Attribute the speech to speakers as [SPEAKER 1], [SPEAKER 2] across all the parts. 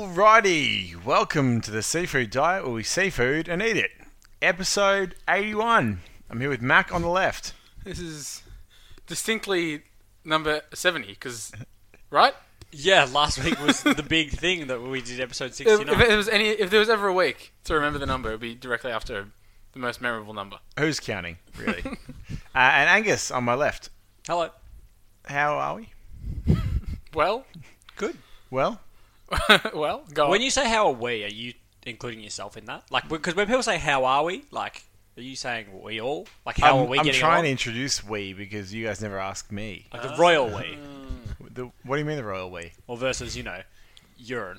[SPEAKER 1] Alrighty, welcome to the Seafood Diet where we seafood and eat it. Episode 81. I'm here with Mac on the left.
[SPEAKER 2] This is distinctly number 70, because, right?
[SPEAKER 3] Yeah, last week was the big thing that we did episode
[SPEAKER 2] If,
[SPEAKER 3] 69.
[SPEAKER 2] if, it was any, if there was ever a week to remember the number, it would be directly after the most memorable number.
[SPEAKER 1] Who's counting, really? uh, and Angus on my left.
[SPEAKER 3] Hello.
[SPEAKER 1] How are we?
[SPEAKER 2] Well,
[SPEAKER 3] Good.
[SPEAKER 1] Well,
[SPEAKER 2] well,
[SPEAKER 1] Oh.
[SPEAKER 2] go on.
[SPEAKER 3] When you say how are we, are you including yourself in that? Like, because when people say how are we, like, are you saying we all? Like, how
[SPEAKER 1] I'm,
[SPEAKER 3] are we
[SPEAKER 1] I'm
[SPEAKER 3] getting
[SPEAKER 1] trying to
[SPEAKER 3] along?
[SPEAKER 1] introduce we because you guys never ask me.
[SPEAKER 3] Like the royal we,
[SPEAKER 1] The, what do you mean the royal we?
[SPEAKER 3] or versus, you know, urine.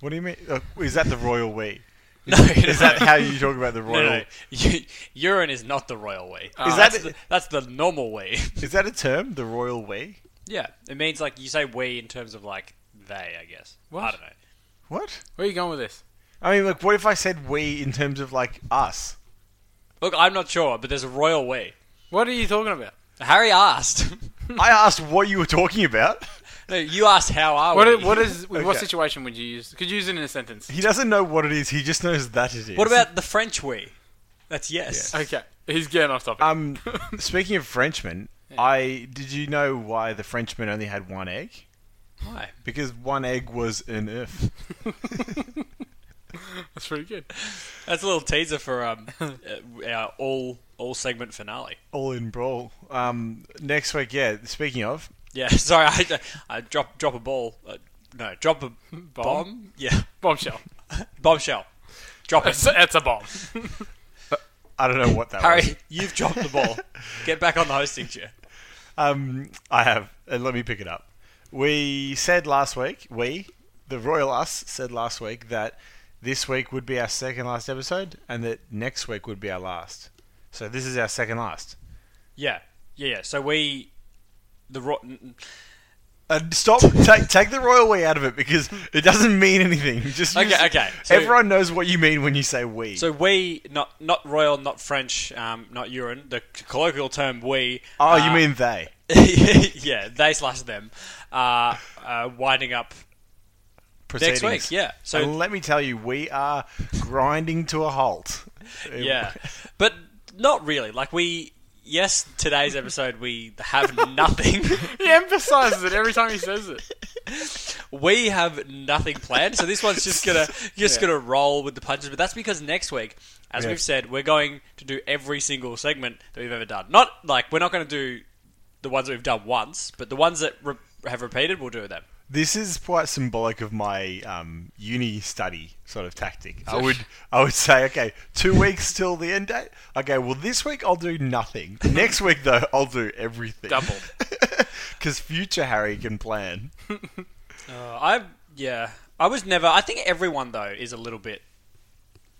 [SPEAKER 1] What do you mean? Uh, is that the royal we?
[SPEAKER 3] No, no,
[SPEAKER 1] Is that how you talk about the
[SPEAKER 3] no,
[SPEAKER 1] royal?
[SPEAKER 3] no. U- urine is not the royal we. Uh,
[SPEAKER 2] Ah.
[SPEAKER 3] that's,
[SPEAKER 1] Is that-
[SPEAKER 3] the, that's the normal we.
[SPEAKER 1] Is that a term? The royal we?
[SPEAKER 3] yeah, it means like you say we in terms of like they, I guess. I
[SPEAKER 2] What?
[SPEAKER 3] don't know.
[SPEAKER 1] What?
[SPEAKER 2] Where are you going with this?
[SPEAKER 1] I mean, like, what if I said we in terms of like us?
[SPEAKER 3] Look, I'm not sure, but there's a royal we.
[SPEAKER 2] What are you talking about?
[SPEAKER 3] Harry asked.
[SPEAKER 1] I asked what you were talking about.
[SPEAKER 3] no, you asked how are
[SPEAKER 2] What,
[SPEAKER 3] we.
[SPEAKER 2] i- what is what
[SPEAKER 1] Okay.
[SPEAKER 2] situation would you use? Could you use it in a sentence?
[SPEAKER 1] He doesn't know what it is. He just knows that it is.
[SPEAKER 3] What about the French we? That's yes.
[SPEAKER 2] Okay, he's getting off topic.
[SPEAKER 1] Um, speaking of Frenchmen, I did you know why the Frenchman only had one egg?
[SPEAKER 3] Why?
[SPEAKER 1] Because one egg was an if.
[SPEAKER 2] That's pretty good.
[SPEAKER 3] That's a little teaser for um uh, our all all segment finale.
[SPEAKER 1] All in brawl. Um, next week, yeah. Speaking of,
[SPEAKER 3] Yeah. Sorry, I, I drop drop a ball. Uh, no, drop a bomb. Yeah,
[SPEAKER 2] Bombshell.
[SPEAKER 3] bombshell. Drop it.
[SPEAKER 2] It's, it's a bomb.
[SPEAKER 1] I don't know what that was.
[SPEAKER 3] Harry, you've dropped the ball. Get back on the hosting chair.
[SPEAKER 1] Um, I have. And let me pick it up. We said last week, we, the royal us, said last week that this week would be our second last episode and that next week would be our last. So this is our second last.
[SPEAKER 3] Yeah, yeah, yeah. So we the ro- n-
[SPEAKER 1] Uh, stop! take take the royal we out of it because it doesn't mean anything. Just
[SPEAKER 3] Okay,
[SPEAKER 1] use-
[SPEAKER 3] okay. So-
[SPEAKER 1] everyone knows what you mean when you say we.
[SPEAKER 3] so we not not royal, not French, um, not urine. The colloquial term we.
[SPEAKER 1] oh, you
[SPEAKER 3] uh,
[SPEAKER 1] mean they?
[SPEAKER 3] yeah, they slash them. Uh, uh, winding up
[SPEAKER 1] Proceedings.
[SPEAKER 3] week, yeah. So-
[SPEAKER 1] and let me tell you, we are grinding to a halt.
[SPEAKER 3] yeah, but not really. Like we, yes, today's episode we have nothing.
[SPEAKER 2] He emphasizes it every time he says it.
[SPEAKER 3] we have nothing planned, so this one's just gonna just gonna roll with the punches. But that's because next week, as
[SPEAKER 1] Yeah.
[SPEAKER 3] we've said, we're going to do every single segment that we've ever done. Not like we're not going to do the ones that we've done once, but the ones that re- have repeated, we'll do them.
[SPEAKER 1] This is quite symbolic of my um, uni study sort of tactic. I would I would say, okay, two weeks till the end date. Okay, well this week I'll do nothing. Next week though, I'll do everything.
[SPEAKER 2] Double.
[SPEAKER 1] Because future Harry can plan.
[SPEAKER 3] Uh, I yeah, I was never. I think everyone though is a little bit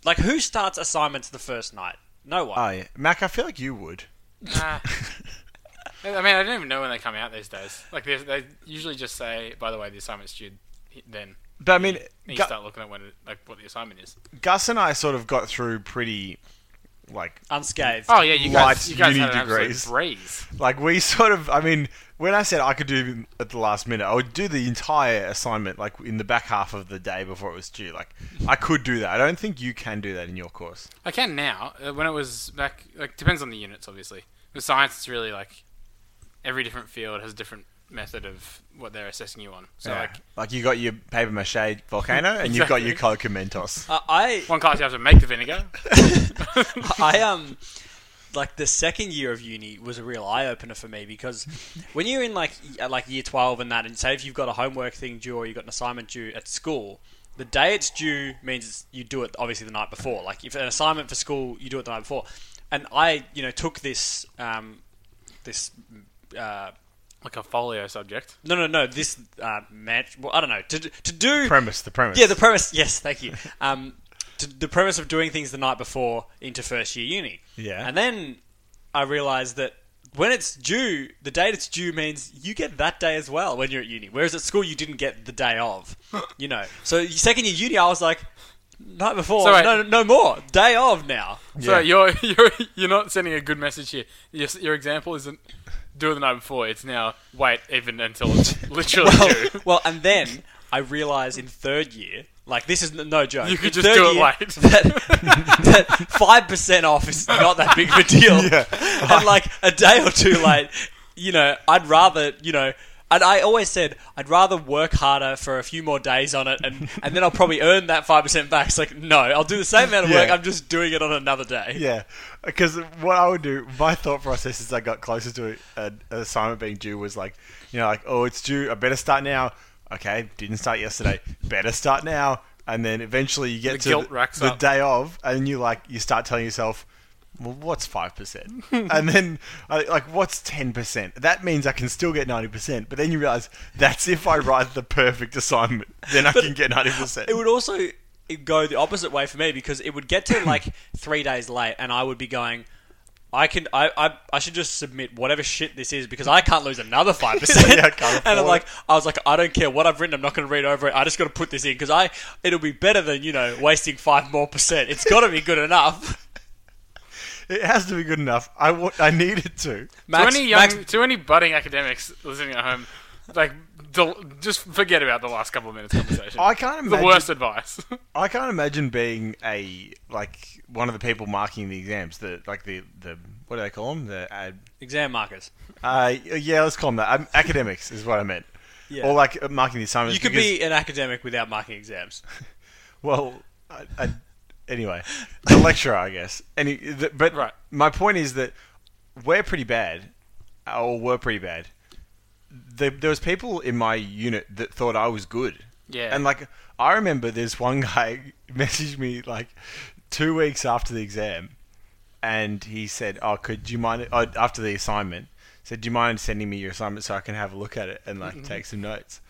[SPEAKER 3] like who starts assignments the first night. No one.
[SPEAKER 1] Oh yeah, Mac, I feel like you would.
[SPEAKER 2] Nah. I mean, I don't even know when they come out these days. Like, they, they usually just say, "By the way, the assignment's due." Then,
[SPEAKER 1] But I mean,
[SPEAKER 2] and you
[SPEAKER 1] Gu-
[SPEAKER 2] start looking at when, it, like, what the assignment is.
[SPEAKER 1] Gus and I sort of got through pretty, like,
[SPEAKER 3] unscathed.
[SPEAKER 2] Oh yeah, you
[SPEAKER 1] Light
[SPEAKER 2] guys, you guys
[SPEAKER 1] uni
[SPEAKER 2] had an absolute
[SPEAKER 1] degrees.
[SPEAKER 2] breeze.
[SPEAKER 1] like we sort of. I mean, when I said I could do at the last minute, I would do the entire assignment like in the back half of the day before it was due. Like, I could do that. I don't think you can do that in your course.
[SPEAKER 2] I can now. Uh, When it was back, like, depends on the units, obviously. With science, it's really like every different field has a different method of what they're assessing you on. So,
[SPEAKER 1] Yeah.
[SPEAKER 2] like,
[SPEAKER 1] like you got your paper mache volcano, and you've got
[SPEAKER 2] Exactly.
[SPEAKER 1] your Coca Mentos.
[SPEAKER 3] Uh, I
[SPEAKER 2] one class you have to make the vinegar.
[SPEAKER 3] I um like the second year of uni was a real eye opener for me because when you're in like y- uh, like year twelve and that, and say if you've got a homework thing due or you've got an assignment due at school. The day it's due means it's, you do it obviously the night before. Like if an assignment for school, you do it the night before. And I, you know, took this um, this uh,
[SPEAKER 2] like a folio subject.
[SPEAKER 3] No, no, no. This uh, match. Well, I don't know. To to do
[SPEAKER 1] Premise, the premise.
[SPEAKER 3] Yeah, the premise. Yes, thank you. Um, to, the premise of doing things the night before into first year uni.
[SPEAKER 1] Yeah.
[SPEAKER 3] And then I realised that when it's due, the date it's due means you get that day as well when you're at uni. Whereas at school you didn't get the day of. You know. So second year uni, I was like. Night before,
[SPEAKER 2] So wait-
[SPEAKER 3] no, no more. Day of now.
[SPEAKER 1] Yeah.
[SPEAKER 2] So you're you're you're not sending a good message here. Your, your example isn't do it the night before. It's now wait even until it's literally due.
[SPEAKER 3] well, and then I realized in third year, like this is n- no joke.
[SPEAKER 2] You could
[SPEAKER 3] in
[SPEAKER 2] just
[SPEAKER 3] third
[SPEAKER 2] do it
[SPEAKER 3] year,
[SPEAKER 2] late.
[SPEAKER 3] That five percent off is not that big of a deal.
[SPEAKER 1] Yeah.
[SPEAKER 3] and like a day or two late, you know, I'd rather you know. And I always said I'd rather work harder for a few more days on it, and, and then I'll probably earn that five percent back. It's like no, I'll do the same amount of work.
[SPEAKER 1] Yeah.
[SPEAKER 3] I'm just doing it on another day.
[SPEAKER 1] Yeah, because what I would do, my thought process as I got closer to an an assignment being due was like, you know, like, oh, it's due. I better start now. Okay, didn't start yesterday. Better start now. And then eventually you get
[SPEAKER 2] The
[SPEAKER 1] to
[SPEAKER 2] guilt
[SPEAKER 1] the,
[SPEAKER 2] racks
[SPEAKER 1] the
[SPEAKER 2] up.
[SPEAKER 1] day of, and you like you start telling yourself, well, what's five percent? and then I- like, what's ten percent? That means I can still get ninety percent. But then you realize that's if I write the perfect assignment, then I can get ninety percent.
[SPEAKER 3] it would also go the opposite way for me because it would get to like three days late and I would be going I can I, I, I should just submit whatever shit this is because I can't lose another five percent.
[SPEAKER 1] Yeah, I can't
[SPEAKER 3] and I'm
[SPEAKER 1] afford
[SPEAKER 3] like
[SPEAKER 1] it.
[SPEAKER 3] I was like I don't care what I've written. I'm not going to read over it. I just got to put this in because I it'll be better than you know wasting five more percent. It's got to be good enough.
[SPEAKER 1] It has to be good enough. I wa- I need it to.
[SPEAKER 3] Max,
[SPEAKER 2] to any young,
[SPEAKER 3] Max-
[SPEAKER 2] to any budding academics listening at home, like, del- just forget about the last couple of minutes conversation.
[SPEAKER 1] I can't
[SPEAKER 2] the
[SPEAKER 1] imagine.
[SPEAKER 2] worst advice.
[SPEAKER 1] I can't imagine being a like one of the people marking the exams. The like the the what do they call them? The ad,
[SPEAKER 3] exam markers.
[SPEAKER 1] uh, yeah, let's call them that. Um, academics is what I meant.
[SPEAKER 3] Yeah.
[SPEAKER 1] Or like uh, marking the assignments.
[SPEAKER 3] You could
[SPEAKER 1] because-
[SPEAKER 3] be an academic without marking exams.
[SPEAKER 1] well. I, I, anyway, the lecturer, I guess. Any, the, but
[SPEAKER 2] Right.
[SPEAKER 1] my point is that we're pretty bad, or were pretty bad. The, there was people in my unit that thought I was good.
[SPEAKER 2] Yeah.
[SPEAKER 1] And like I remember, this one guy messaged me like two weeks after the exam, and he said, "Oh, could do you mind uh, after the assignment?" Said, "Do you mind sending me your assignment so I can have a look at it and like take some notes?"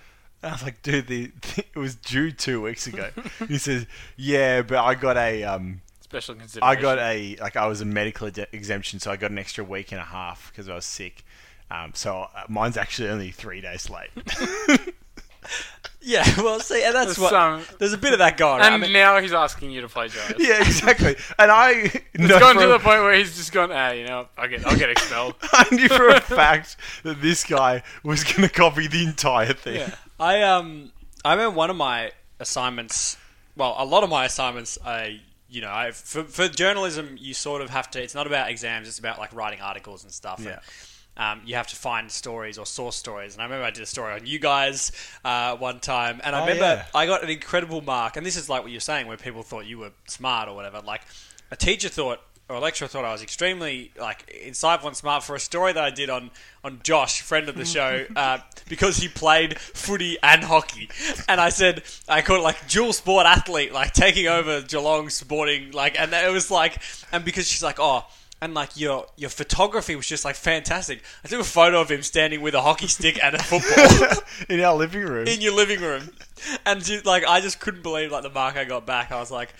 [SPEAKER 1] And I was like, "Dude, the, it was due two weeks ago." he says, "Yeah, but I got a um."
[SPEAKER 2] Special
[SPEAKER 1] I
[SPEAKER 2] consideration.
[SPEAKER 1] got a like I was a medical ex- exemption, so I got an extra week and a half because I was sick. Um, so uh, mine's actually only three days late.
[SPEAKER 3] Yeah, well, see, and that's
[SPEAKER 2] There's
[SPEAKER 3] what
[SPEAKER 2] some-
[SPEAKER 3] there's a bit of that going. on.
[SPEAKER 2] And
[SPEAKER 3] I mean,
[SPEAKER 2] now he's asking you to play jazz.
[SPEAKER 1] yeah, exactly. And I
[SPEAKER 2] It's
[SPEAKER 1] know
[SPEAKER 2] gone
[SPEAKER 1] for
[SPEAKER 2] to
[SPEAKER 1] a-
[SPEAKER 2] the point where he's just gone. Ah, you know, I get, I'll get expelled.
[SPEAKER 1] I knew for a fact that this guy was going to copy the entire thing.
[SPEAKER 2] Yeah.
[SPEAKER 3] I um I remember one of my assignments. Well, a lot of my assignments, I you know, I for, for journalism, you sort of have to. It's not about exams; it's about like writing articles and stuff.
[SPEAKER 1] Yeah.
[SPEAKER 3] And, um, you have to find stories or source stories, and I remember I did a story on you guys uh, one time, and I
[SPEAKER 1] Oh,
[SPEAKER 3] remember
[SPEAKER 1] yeah.
[SPEAKER 3] I got an incredible mark. And this is like what you're saying, where people thought you were smart or whatever. Like a teacher thought or a lecturer thought I was extremely like insightful and smart for a story that I did on on Josh, friend of the show, uh, because he played footy and hockey. And I said I called it like dual sport athlete, like taking over Geelong sporting, like, and it was like, and because she's like, oh. And like your your photography was just like fantastic. I took a photo of him standing with a hockey stick and a football.
[SPEAKER 1] In our living room.
[SPEAKER 3] in your living room. And ju- like I just couldn't believe like the mark I got back. I was like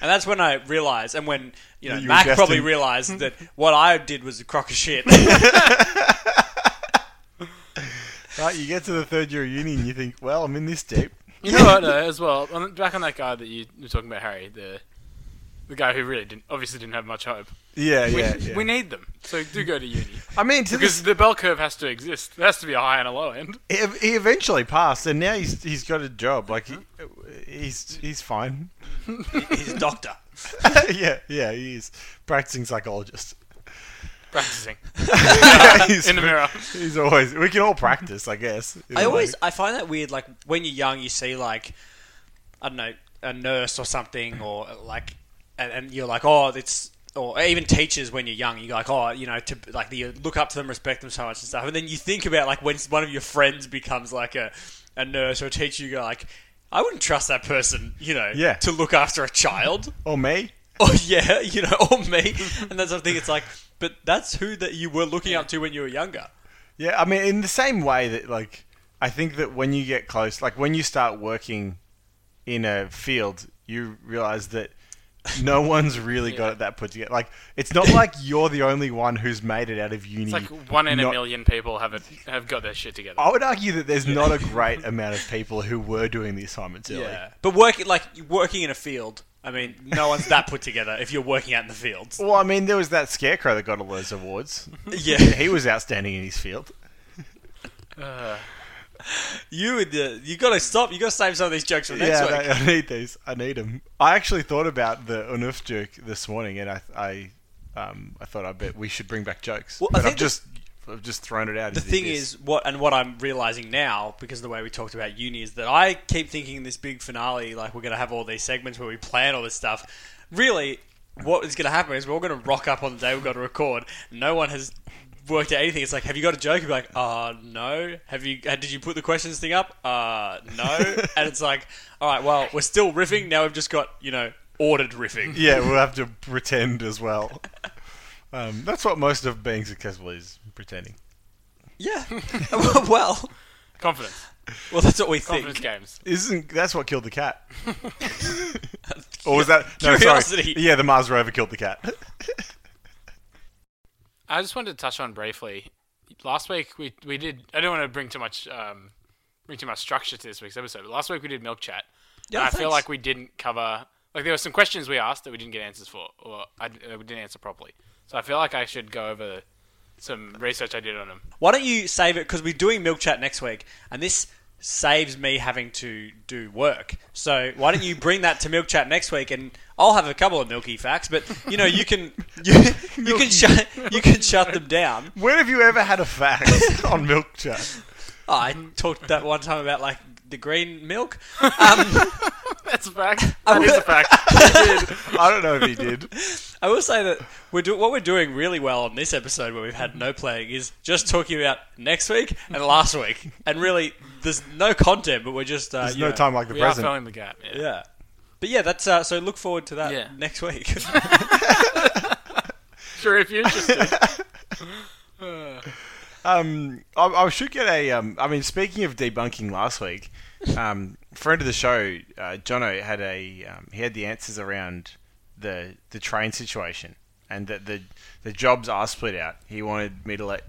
[SPEAKER 3] and that's when I realized and when you know
[SPEAKER 1] You were
[SPEAKER 3] Mac probably
[SPEAKER 1] destined.
[SPEAKER 3] realized that what I did was a crock of shit.
[SPEAKER 1] right, you get to the third year of uni and you think, well, I'm in this deep.
[SPEAKER 2] You know what? Uh, as well, on, back on that guy that you were talking about, Harry, the the guy who really didn't, obviously didn't have much hope.
[SPEAKER 1] Yeah,
[SPEAKER 2] We,
[SPEAKER 1] yeah. yeah.
[SPEAKER 2] we need them, so do go to uni
[SPEAKER 1] I mean, to
[SPEAKER 2] because
[SPEAKER 1] this,
[SPEAKER 2] the bell curve has to exist. There has to be a high and a low end.
[SPEAKER 1] he he eventually passed, and now he's he's got a job. Like he, uh, he's he's fine.
[SPEAKER 3] He's a doctor.
[SPEAKER 1] yeah, yeah, he is practicing psychologist.
[SPEAKER 2] Practicing
[SPEAKER 1] he's,
[SPEAKER 2] in the mirror.
[SPEAKER 1] he's always. We can all practice, I guess.
[SPEAKER 3] I always I find that weird like when you're young you see like I don't know a nurse or something or like and, and you're like oh it's or even teachers when you're young you go like oh you know to like you look up to them respect them so much and stuff and then you think about like when one of your friends becomes like a, a nurse or a teacher you go like I wouldn't trust that person you know
[SPEAKER 1] Yeah.
[SPEAKER 3] to look after a child
[SPEAKER 1] Or me.
[SPEAKER 3] or yeah you know or me and that's something it's like but that's who that you were looking up to when you were younger
[SPEAKER 1] Yeah, I mean, in the same way that, like, I think that when you get close, like, when you start working in a field, you realize that no one's really got it that put together. Like, it's not like you're the only one who's made it out of uni.
[SPEAKER 2] It's like one in a
[SPEAKER 1] Not-
[SPEAKER 2] million people have it, have got their shit together.
[SPEAKER 1] I would argue that there's not a great amount of people who were doing the assignments early.
[SPEAKER 3] But working like working in a field, I mean, no one's that put together if you're working out in the fields.
[SPEAKER 1] Well, I mean, there was that scarecrow that got all those awards.
[SPEAKER 3] Yeah.
[SPEAKER 1] he was outstanding in his field.
[SPEAKER 2] Uh,
[SPEAKER 3] You with the you gotta stop. You gotta save some of these jokes for next
[SPEAKER 1] yeah,
[SPEAKER 3] week.
[SPEAKER 1] no, I need these. I need them. I actually thought about the Unuf joke this morning, and I, I, um, I thought I bet we should bring back jokes.
[SPEAKER 3] Well, I
[SPEAKER 1] but
[SPEAKER 3] think
[SPEAKER 1] I've
[SPEAKER 3] the-
[SPEAKER 1] just, I've just thrown it out.
[SPEAKER 3] the thing is what and what I'm realizing now because of the way we talked about uni is that I keep thinking this big finale like we're going to have all these segments where we plan all this stuff. Really what is going to happen is we're all going to rock up on the day we've got to record. No one has worked out anything. It's like, have you got a joke? You're like, uh, no. Have you? uh, Did you put the questions thing up? Uh, no. and it's like, all right, well, we're still riffing. Now we've just got you know ordered riffing.
[SPEAKER 1] yeah, we'll have to pretend as well. Um, that's what most of being successful is pretending.
[SPEAKER 3] Yeah. well,
[SPEAKER 2] Confidence.
[SPEAKER 3] well, that's what we
[SPEAKER 2] Confidence
[SPEAKER 3] think.
[SPEAKER 2] games.
[SPEAKER 1] Isn't that's what killed the cat? Or was that no,
[SPEAKER 3] Curiosity.
[SPEAKER 1] Sorry. Yeah, the Mars rover killed the cat.
[SPEAKER 2] I just wanted to touch on briefly. Last week we we did. I don't want to bring too much um, bring too much structure to this week's episode. But last week we did milk chat.
[SPEAKER 3] Yeah,
[SPEAKER 2] and I feel
[SPEAKER 3] thanks.
[SPEAKER 2] like we didn't cover. Like there were some questions we asked that we didn't get answers for, or I, uh, we didn't answer properly. So I feel like I should go over some research I did on them.
[SPEAKER 3] Why don't you save it? Because we're doing milk chat next week, and this saves me having to do work. So why don't you bring that to milk chat next week, and I'll have a couple of milky facts. But you know, you can you, you can shut you can shut them down.
[SPEAKER 1] When have you ever had a fact on milk chat?
[SPEAKER 3] Oh, I talked that one time about like the green milk. Um,
[SPEAKER 2] That's a fact. That is a fact.
[SPEAKER 1] I don't know if he did.
[SPEAKER 3] I will say that we're do- what we're doing really well on this episode, where we've had no playing, is just talking about next week and last week, and really there's no content, but we're just uh,
[SPEAKER 1] There's
[SPEAKER 3] you
[SPEAKER 1] no
[SPEAKER 3] know,
[SPEAKER 1] time like the
[SPEAKER 2] We
[SPEAKER 1] present.
[SPEAKER 2] are filling the gap. Yeah.
[SPEAKER 3] Yeah. But yeah, that's uh, so. Look forward to that
[SPEAKER 2] Yeah.
[SPEAKER 3] next week.
[SPEAKER 2] Sure, if you're interested. Uh,
[SPEAKER 1] Um, I, I should get a. Um, I mean, speaking of debunking last week, um, friend of the show, uh, Jono had a. Um, he had the answers around the the train situation and that the the jobs are split out. He wanted me to let.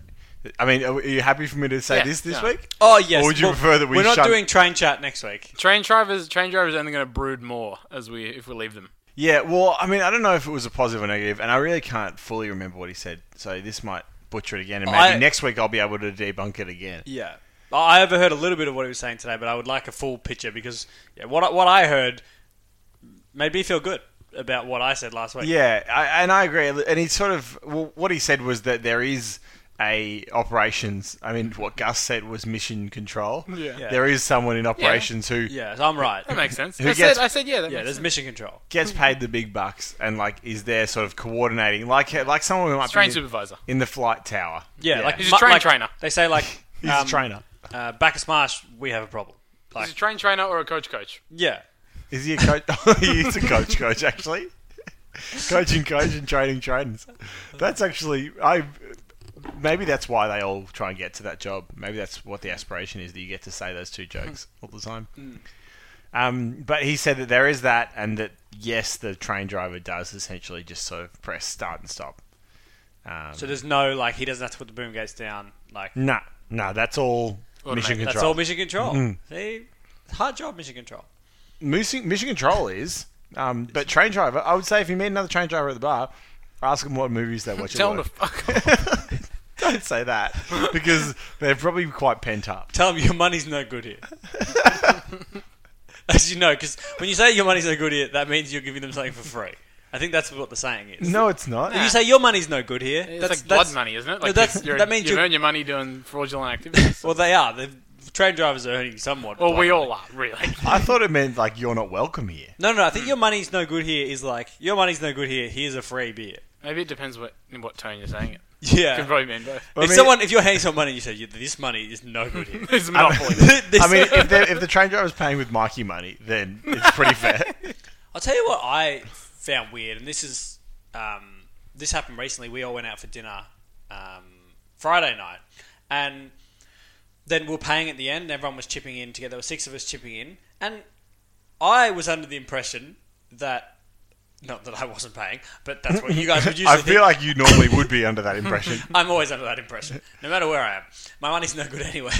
[SPEAKER 1] I mean, are you happy for me to say
[SPEAKER 2] Yeah,
[SPEAKER 1] this this
[SPEAKER 2] no.
[SPEAKER 1] week?
[SPEAKER 3] oh yes.
[SPEAKER 1] Or would you prefer that we
[SPEAKER 3] We're not
[SPEAKER 1] shun-
[SPEAKER 3] doing train chat next week.
[SPEAKER 2] train drivers, train drivers are only going to brood more as we if we leave them.
[SPEAKER 1] Yeah, well, I mean, I don't know if it was a positive or negative, and I really can't fully remember what he said. So this might butcher it again, and maybe
[SPEAKER 3] I-
[SPEAKER 1] next week I'll be able to debunk it again.
[SPEAKER 3] Yeah. I I overheard a little bit of what he was saying today, but I would like a full picture because yeah, what I- what I heard made me feel good about what I said last week.
[SPEAKER 1] Yeah, I, and I agree. And he sort of well, what he said was that there is a operations. I mean, what Gus said was mission control.
[SPEAKER 2] Yeah.
[SPEAKER 3] Yeah.
[SPEAKER 1] there is someone in operations who
[SPEAKER 3] Yeah, so I'm right.
[SPEAKER 2] That makes sense.
[SPEAKER 1] Who
[SPEAKER 2] I,
[SPEAKER 1] gets-
[SPEAKER 2] said, I said, yeah. That
[SPEAKER 3] Yeah,
[SPEAKER 2] makes
[SPEAKER 3] there's
[SPEAKER 2] sense.
[SPEAKER 3] mission control.
[SPEAKER 1] gets paid the big bucks and like is there sort of coordinating, like like someone who might
[SPEAKER 2] train
[SPEAKER 1] be in,
[SPEAKER 2] supervisor.
[SPEAKER 1] in the flight tower.
[SPEAKER 3] Yeah, like
[SPEAKER 2] He's a
[SPEAKER 3] mu-
[SPEAKER 2] train
[SPEAKER 3] like-
[SPEAKER 2] trainer.
[SPEAKER 3] They say like
[SPEAKER 1] he's
[SPEAKER 3] um,
[SPEAKER 1] a trainer.
[SPEAKER 3] Uh, Bacchus Marsh, we have a problem. Like
[SPEAKER 2] He's a train trainer or a coach coach.
[SPEAKER 3] yeah,
[SPEAKER 1] Is he a coach? he's a coach, coach actually. Coaching, coach, and training trainers. That's actually I. Maybe that's why they all try and get to that job. Maybe that's what the aspiration is that you get to say those two jokes all the time.
[SPEAKER 3] Hmm.
[SPEAKER 1] Um, but he said that there is that, and that yes, the train driver does essentially just sort of press start and stop. Um,
[SPEAKER 3] so there's no like he doesn't have to put the boom gates down. Like
[SPEAKER 1] nah, nah, that's all mission
[SPEAKER 2] Automated.
[SPEAKER 1] control. Mm.
[SPEAKER 3] That's all mission control. See, hard job mission control.
[SPEAKER 1] Mission, mission Control is, um, but Train Driver. I would say if you meet another train driver at the bar, ask them what movies they watch. at
[SPEAKER 2] Tell him to
[SPEAKER 1] work.
[SPEAKER 2] fuck off.
[SPEAKER 1] Don't say that because they're probably quite pent up.
[SPEAKER 3] Tell them your money's no good here. As you know, because when you say your money's no good here, that means you're giving them something for free. I think that's what the saying is.
[SPEAKER 1] No, it's not.
[SPEAKER 3] If you say your money's no good here,
[SPEAKER 2] It's
[SPEAKER 3] that's,
[SPEAKER 2] like blood
[SPEAKER 3] that's-
[SPEAKER 2] money, isn't it?
[SPEAKER 3] No,
[SPEAKER 2] Like
[SPEAKER 3] that's-
[SPEAKER 2] you're,
[SPEAKER 3] that means
[SPEAKER 2] you
[SPEAKER 3] you-
[SPEAKER 2] earn your money doing fraudulent activities.
[SPEAKER 3] Well, they are. The train drivers are earning somewhat.
[SPEAKER 2] well,
[SPEAKER 3] blood
[SPEAKER 2] we
[SPEAKER 3] money.
[SPEAKER 2] all are, really.
[SPEAKER 1] I thought it meant like you're not welcome here.
[SPEAKER 3] No, no, no. I think your money's no good here is like your money's no good here. Here's a free beer.
[SPEAKER 2] Maybe it depends what in what tone you're saying it.
[SPEAKER 3] Yeah.
[SPEAKER 2] Could probably mean both.
[SPEAKER 1] I
[SPEAKER 3] if
[SPEAKER 1] mean-
[SPEAKER 3] someone, if you're handing someone money, and you say "Yeah, this money is no good here.
[SPEAKER 2] It's a monopoly.
[SPEAKER 3] This-
[SPEAKER 1] I mean, if, they're- if the train driver's paying with Mikey money, then it's pretty fair.
[SPEAKER 3] I'll tell you what I found weird, and this is um, this happened recently. We all went out for dinner um, Friday night, and then we were paying at the end. And everyone was chipping in together. There were six of us chipping in, and I was under the impression that not that I wasn't paying, but that's what you guys would usually.
[SPEAKER 1] I
[SPEAKER 3] think.
[SPEAKER 1] feel like you normally would be under that impression.
[SPEAKER 3] I'm always under that impression, no matter where I am. My money's no good anywhere.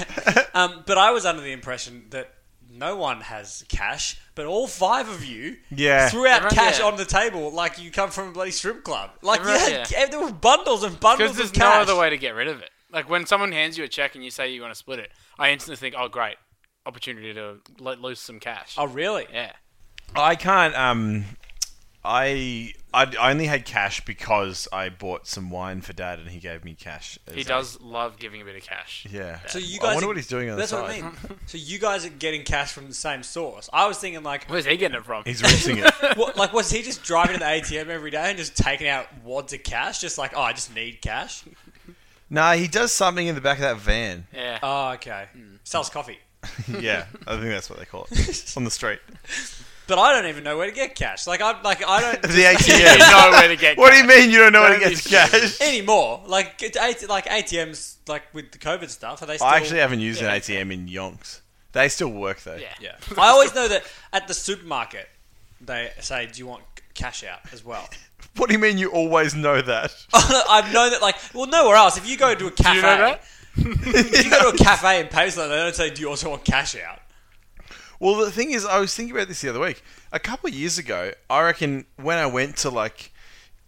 [SPEAKER 3] Um, but I was under the impression that no one has cash, but all five of you
[SPEAKER 1] Yeah.
[SPEAKER 3] threw out
[SPEAKER 2] Everyone-
[SPEAKER 3] cash
[SPEAKER 2] yeah.
[SPEAKER 3] on the table like you come from a bloody strip club. Like you
[SPEAKER 2] Everyone-
[SPEAKER 3] had, there were bundles and bundles
[SPEAKER 2] Because
[SPEAKER 3] of
[SPEAKER 2] there's
[SPEAKER 3] cash.
[SPEAKER 2] no other way to get rid of it. Like when someone hands you a check and you say you want to split it, I instantly think, oh, great, opportunity to let loose some cash.
[SPEAKER 3] Oh, really?
[SPEAKER 2] yeah.
[SPEAKER 1] I can't. Um, I I'd- I only had cash because I bought some wine for Dad, and he gave me cash. as
[SPEAKER 2] He
[SPEAKER 1] a-
[SPEAKER 2] does love giving a bit of cash.
[SPEAKER 1] Yeah.
[SPEAKER 3] So you
[SPEAKER 1] I
[SPEAKER 3] guys
[SPEAKER 1] wonder
[SPEAKER 3] are-
[SPEAKER 1] what he's doing on the
[SPEAKER 3] That's what I
[SPEAKER 1] side.
[SPEAKER 3] mean. So you guys are getting cash from the same source. I was thinking like,
[SPEAKER 2] Where's he getting it from?
[SPEAKER 1] He's rinsing it.
[SPEAKER 3] what, like was he just driving to the ATM every day and just taking out wads of cash? Just like, oh, I just need cash.
[SPEAKER 1] nah, he does something in the back of that van.
[SPEAKER 2] yeah.
[SPEAKER 3] Oh, okay.
[SPEAKER 1] Hmm.
[SPEAKER 3] Sells coffee.
[SPEAKER 1] yeah, I think that's what they call it on the street.
[SPEAKER 3] But I don't even know where to get cash. Like I like I
[SPEAKER 1] The
[SPEAKER 3] don't
[SPEAKER 2] you
[SPEAKER 1] ATM.
[SPEAKER 2] know where to get.
[SPEAKER 1] what do you mean you don't know where to
[SPEAKER 2] Don't
[SPEAKER 1] get the
[SPEAKER 2] be
[SPEAKER 1] cash?
[SPEAKER 3] anymore. Like it's AT, like ATMs like with the COVID stuff. Are they? Still,
[SPEAKER 1] I actually haven't used
[SPEAKER 3] Yeah.
[SPEAKER 1] an ATM in yonks. They still work though.
[SPEAKER 2] Yeah.
[SPEAKER 3] Yeah. I always know that at the supermarket they say, "Do you want cash out as well?"
[SPEAKER 1] What do you mean you always know that?
[SPEAKER 3] I've known that like well nowhere else. If you go to a cafe,
[SPEAKER 2] you know that?
[SPEAKER 3] if you go to a cafe and pay something, they don't say, "Do you also want cash out?"
[SPEAKER 1] Well, the thing is, I was thinking about this the other week. A couple of years ago, I reckon when I went to like,